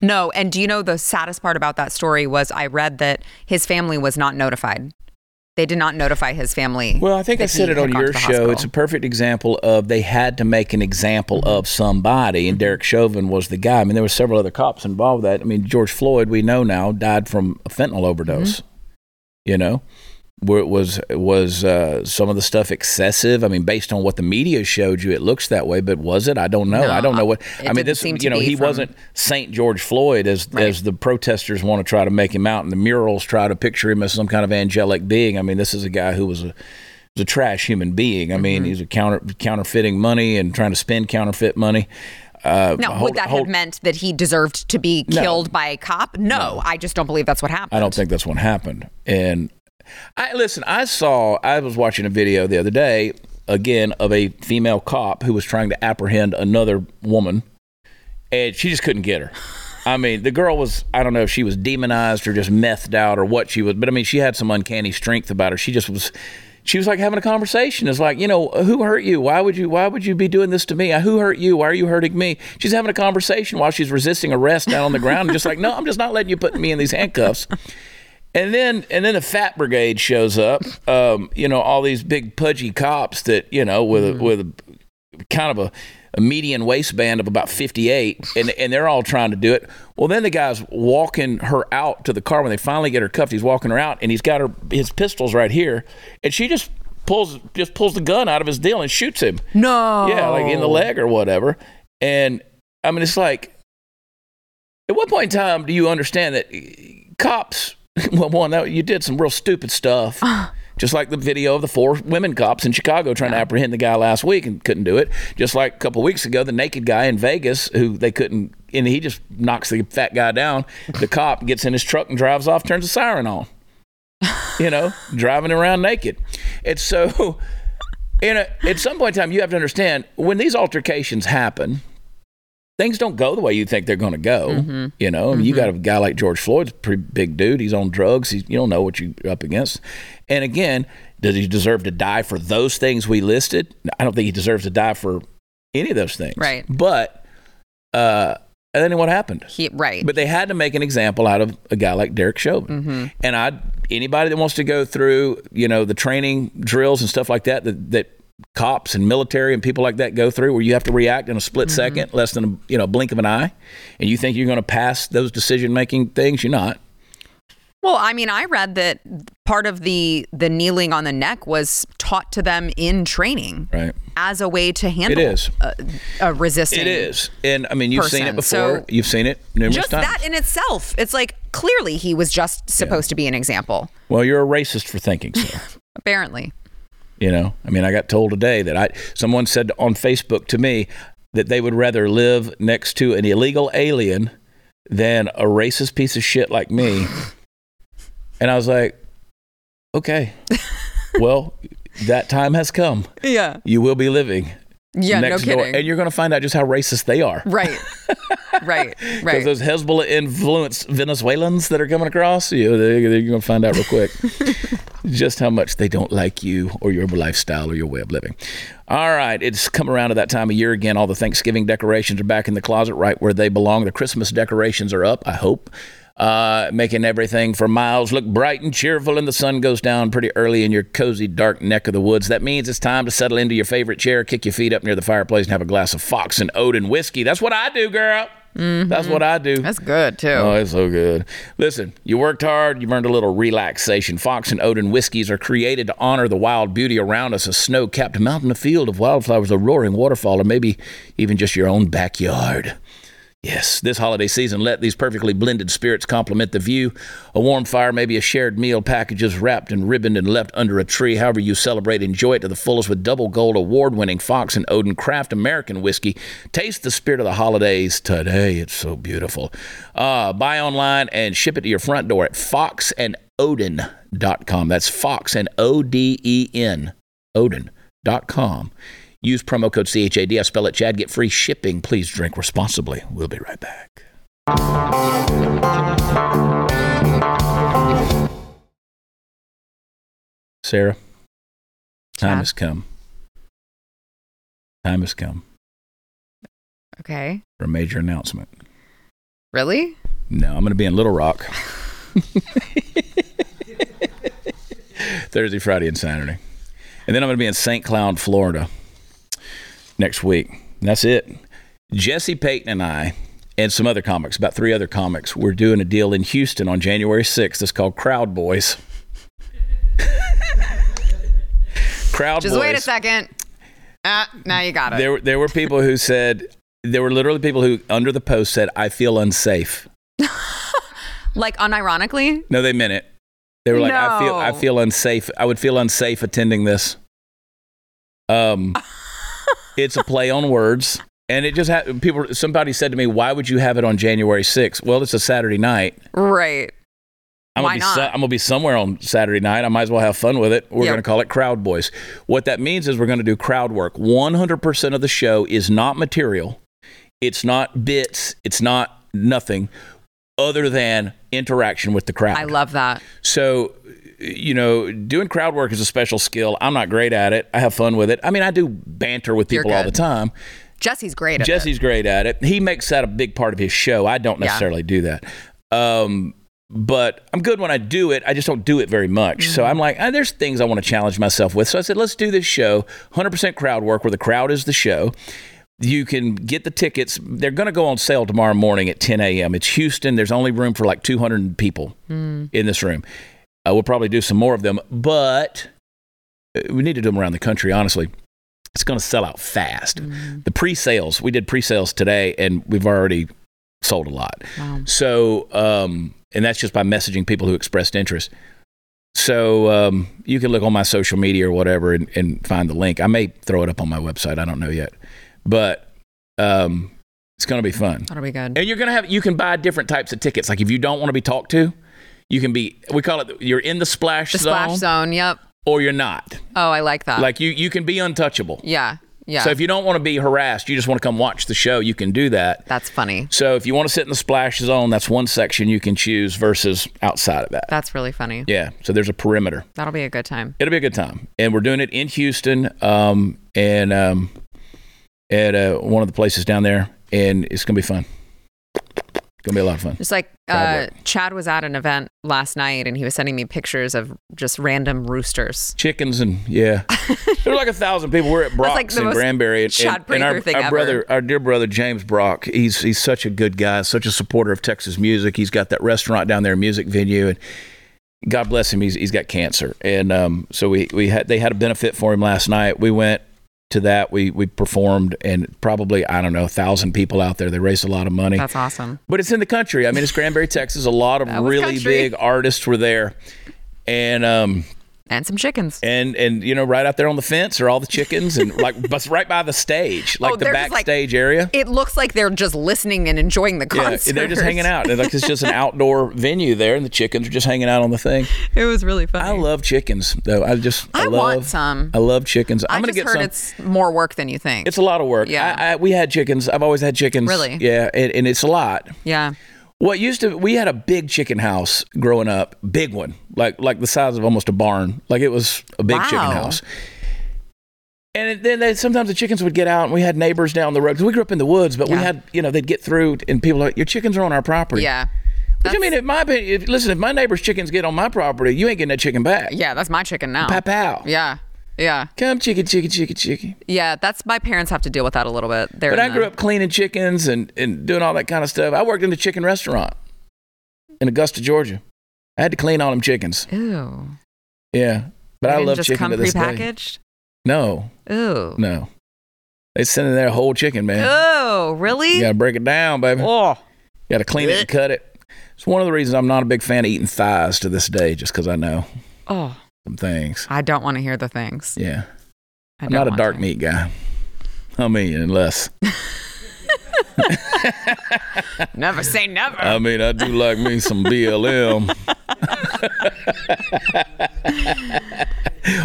No. And do you know the saddest part about that story was I read that his family was not notified. They did not notify his family.
Well, I think I
that
said
he
it
had
on
gone to
your
the
show. It's a
hospital.
perfect example of they had to make an
Mm-hmm.
example of somebody, and Derek Chauvin was the guy. I mean, there were several other cops involved with that. I mean, George Floyd, we know now, died from a fentanyl overdose.
Mm-hmm.
You know, where it was was uh, some of the stuff excessive. I mean, based on what the media showed you, it looks that way, but was it? I don't know.
No,
I don't know what.
it
I mean,
didn't
this
seem to
you know
be
he
from-
wasn't Saint George Floyd as
Right.
as the protesters want to try to make him out, and the murals try to picture him as some kind of angelic being. I mean, this is a guy who was a was a trash human being. I
Mm-hmm.
mean, he's a counter counterfeiting money and trying to spend counterfeit money. Uh,
no,
hold-
would that
hold-
have meant that he deserved to be
No.
killed by a cop? No, I just don't believe that's what happened.
I don't think that's what happened. And I listen. I saw. I was watching a video the other day again of a female cop who was trying to apprehend another woman, and she just couldn't get her. I mean, the girl was. I don't know if she was demonized or just methed out or what she was, but I mean, she had some uncanny strength about her. She just was. She was like having a conversation. It's like, you know, who hurt you? Why would you? Why would you be doing this to me? Who hurt you? Why are you hurting me? She's having a conversation while she's resisting arrest down on the ground, and just like, no, I'm just not letting you put me in these handcuffs. And then and then the fat brigade shows up. Um, you know, all these big pudgy cops that you know with a, with a, kind of a, a median waistband of about 58 and and they're all trying to do it. Well, then the guy's walking her out to the car when they finally get her cuffed. He's walking her out and he's got her his pistols right here and she just pulls just pulls the gun out of his deal and shoots him.
No.
Yeah, like in the leg or whatever. And I mean, it's like, at what point in time do you understand that eh, cops, well, one, that, you did some real stupid stuff. Just like the video of the four women cops in Chicago trying to apprehend the guy last week and couldn't do it. Just like a couple weeks ago, the naked guy in Vegas who they couldn't, and he just knocks the fat guy down. The cop gets in his truck and drives off, turns the siren on. You know, driving around naked. And so you know, at some point in time, you have to understand when these altercations happen, things don't go the way you think they're going to go. You know, I mean, you got a guy like George Floyd's a pretty big dude. He's on drugs. He's, you don't know what you're up against. And again, does he deserve to die for those things we listed? I don't think he deserves to die for any of those things.
Right.
But, uh, and then what happened?
He, right.
But they had to make an example out of a guy like Derek Chauvin.
Mm-hmm.
And I, anybody that wants to go through, you know, the training drills and stuff like that, that, that cops and military and people like that go through, where you have to react in a split
Mm-hmm.
second, less than a you know blink of an eye, and you think you're going to pass those decision making things, you're not.
Well, I mean, I read that part of the the kneeling on the neck was taught to them in training
Right.
as a way to handle
is.
A, a resisting.
It is, and I mean, you've seen it
Person,
before.
so-
you've seen it numerous
Just
times.
that in itself, it's like clearly he was just supposed to be an example.
well, you're a racist for thinking so.
Apparently,
You know, I mean, I got told today that I someone said on Facebook to me that they would rather live next to an illegal alien than a racist piece of shit like me. and I was like, okay, well, that time has come.
Yeah.
You will be living
Yeah.
next
no
door,
kidding.
and you're going to find out just how racist they are.
right. right.
Because
Right.
those Hezbollah influenced Venezuelans that are coming across, you know, they, they're going to find out real quick just how much they don't like you or your lifestyle or your way of living. All right, it's come around to that time of year again. All the Thanksgiving decorations are back in the closet, right where they belong. The Christmas decorations are up, I hope. Uh, making everything for miles look bright and cheerful, and the sun goes down pretty early in your cozy, dark neck of the woods. That means it's time to settle into your favorite chair, kick your feet up near the fireplace, and have a glass of Fox and Odin whiskey. That's what I do, girl. That's what I do.
That's good too.
Oh, it's so good. Listen, you worked hard, you've earned a little relaxation. Fox and Odin whiskeys are created to honor the wild beauty around us a snow capped mountain, a field of wildflowers, a roaring waterfall, or maybe even just your own backyard. Yes, this holiday season, let these perfectly blended spirits complement the view. A warm fire, maybe a shared meal, packages wrapped and ribboned and left under a tree. However, you celebrate, enjoy it to the fullest with double gold award winning Fox and Odin Craft American whiskey. Taste the spirit of the holidays today. It's so beautiful. Uh, buy online and ship it to your front door at foxandodin.com. That's Fox and O D E N, Odin.com. Use promo code CHAD. I spell it Chad. Get free shipping. Please drink responsibly. We'll be right back. Sarah, time
Chad?
has come. Time has come
Okay.
for a major announcement.
Really?
No, I'm going to be in Little Rock Thursday, Friday, and Saturday. And then I'm going to be in St. Cloud, Florida next week. And that's it. Jesse Payton and I, and some other comics, about three other comics, we're doing a deal in Houston on January 6th. It's called Crowd Boys. Crowd
Just
Boys.
wait a second. Ah, now you got it.
There, were- there were people who said, there were literally people who, under the post, said, I feel unsafe.
like unironically.
No, they meant it. They were like, I feel I
No.
feel unsafe. I would feel unsafe attending this. Um, it's a play on words, and it just ha- people. Somebody said to me, "Why would you have it on January 6th? Well, it's a Saturday night.
Right.
I'm
Why
gonna, be so-
not?
I'm gonna be somewhere on Saturday night. I might as well have fun with it. We're
Yeah.
gonna call it Crowd Boys. What that means is we're gonna do crowd work. 100% of the show is not material. It's not bits. It's not nothing other than interaction with the crowd.
I love that.
So, you know, doing crowd work is a special skill. I'm not great at it. I have fun with it. I mean, I do banter with
You're
people all the
good.
time.
Jesse's great at it.
Jesse's great at it. He makes that a big part of his show. I don't
Yeah.
necessarily do that. Um, but I'm good when I do it. I just don't do it very much. So
Mm-hmm.
I'm like, "Ah, there's things I want to challenge myself with. So I said, let's do this show 100% crowd work where the crowd is the show. You can get the tickets. They're going to go on sale tomorrow morning at 10 a.m. It's Houston. There's only room for like 200 people
Mm.
in this room. Uh, we'll probably do some more of them, but uh, we need to do them around the country, honestly. It's going to sell out fast.
Mm-hmm.
The pre sales, we did pre sales today and we've already sold a lot.
Wow.
So, um, and that's just by messaging people who expressed interest. So um, you can look on my social media or whatever and, and find the link. I may throw it up on my website. I don't know yet, but um, it's going to be fun.
That'll be good.
And you're gonna have you can buy different types of tickets. Like if you don't want to be talked to, you can be we call it you're in the splash,
the splash zone. Yep.
or you're not.
Oh, I like that.
like you you can be untouchable.
yeah. Yeah.
So if you don't want to be harassed, you just want to come watch the show, you can do that.
That's funny.
So if you want to sit in the splash zone, that's one section you can choose versus outside of that.
That's really funny.
Yeah. So there's a perimeter.
That'll be a good time.
It'll be a good time. And we're doing it in Houston um, and um, at uh, one of the places down there. And it's going to be fun. It's going to be a lot of fun.
Just like uh,
Crowd
Chad was at an event last night and he was sending me pictures of just random roosters.
chickens and yeah there were like a thousand people we're at
That's like
brock's
the
in
most
granbury and,
Chad
and, and our,
Prather thing
our
ever.
brother our dear brother james brock he's he's such a good guy such a supporter of texas music he's got that restaurant down there music venue and god bless him he's, he's got cancer and um, so we, we had they had a benefit for him last night we went to that we we performed and probably i don't know a thousand people out there they raised a lot of money
That's awesome.
but it's in the country. I mean, it's Granbury, Texas. A lot of
That was
really
country.
big artists were there, and um,
and some chickens.
and and you know right out there on the fence are all the chickens and like but right by the stage like
Oh,
the
they're just, like,
backstage area
It looks like they're just listening and enjoying the
yeah,
concert.
they're just hanging out. They're Like it's just an outdoor venue there, and the chickens are just hanging out on the thing.
It was really funny.
I love chickens, though. I just I,
I
love,
want some.
I love chickens.
I
I'm gonna
just
get
heard
some.
it's more work than you think.
It's a lot of work.
Yeah.
I, I, we had chickens. I've always had chickens.
Really?
Yeah, and, and it's a lot.
yeah.
What used to we had a big chicken house growing up, big one, like like the size of almost a barn. Like it was a big chicken
Wow.
house. And it- then they, sometimes the chickens would get out, and we had neighbors down the road. 'Cause we grew up in the woods, but we
Yeah.
had you know they'd get through, and people were like your chickens are on our property.
Yeah.
Which, I mean, if my if, listen, if my neighbor's chickens get on my property, you ain't getting that chicken back.
Yeah, that's my chicken now.
Pow pow.
Yeah. Yeah.
Come chicken, chicken, chicken, chicken.
Yeah, that's my parents have to deal with that a little bit. They're
But
in
I grew
the-
up cleaning chickens and, and doing all that kind of stuff. I worked in a chicken restaurant in Augusta, Georgia. I had to clean all them chickens.
Ew.
Yeah. But
They
I
didn't
love
just
chicken
come
to this day.
prepackaged.
No,
Ooh.
no. They send in there a whole chicken, man.
Oh, really?
You gotta break it down, baby.
Oh.
You gotta clean it and cut it. It's one of the reasons I'm not a big fan of eating thighs to this day, just because I know
Oh.
some things.
I don't want to hear the things.
Yeah.
I
I'm
don't
not a
want
dark
to.
meat guy. I mean, unless
Never say never.
I mean I do like me some BLM.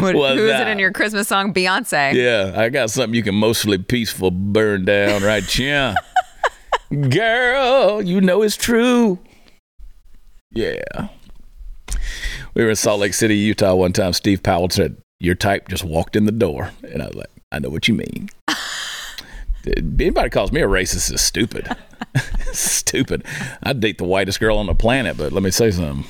What-
was
who is
that?
it in your Christmas song? Beyonce.
Yeah, I got something you can mostly peaceful burn down right yeah. Girl, you know it's true. Yeah. We were in Salt Lake City, Utah one time. Steve Powell said, Your type just walked in the door. And I was like, I know what you mean. Anybody calls me a racist is stupid. stupid. I'd date the whitest girl on the planet, but let me say something.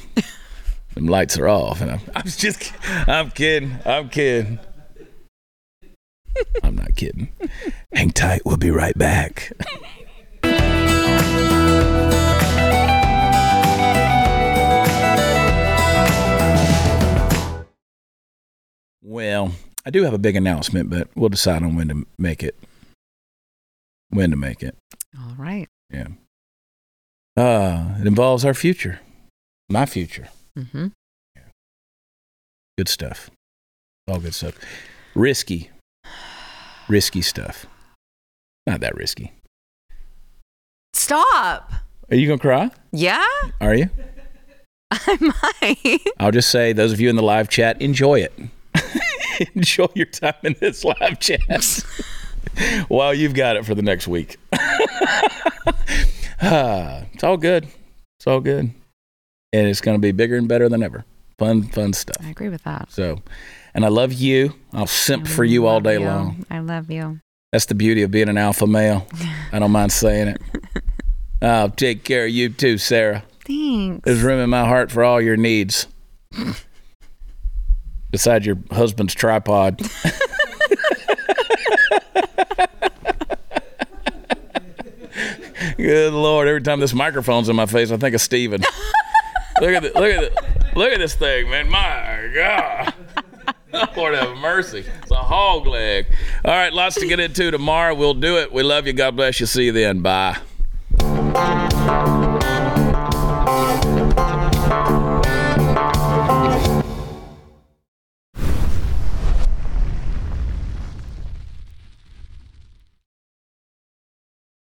Them lights are off. And I'm, I'm just, kid- I'm kidding. I'm kidding. I'm not kidding. Hang tight. We'll be right back. well, I do have a big announcement, but we'll decide on when to make it. When to make it.
All right.
Yeah. Uh, it involves our future, my future.
Mm-hmm.
Good stuff. All good stuff. Risky. Risky stuff. Not that risky.
Stop.
Are you going to cry?
Yeah,
Are you?
I might.
I'll just say, those of you in the live chat, enjoy it. enjoy your time in this live chat while you've got it for the next week. Ah, it's all good. It's all good. And it's going to be bigger and better than ever. Fun, fun stuff.
I agree with that.
So, and I love you. I'll simp for you all
Love
day
you.
long.
I love you.
That's the beauty of being an alpha male. I don't mind saying it. I'll take care of you too, Sarah.
Thanks.
There's room in my heart for all your needs. Besides your husband's tripod. Good Lord! Every time this microphone's in my face, I think of Steven. look at the, look at the, look at this thing, man! My God. Lord have mercy. It's a hog leg. All right, lots to get into tomorrow. We'll do it. We love you. God bless you. See you then. Bye.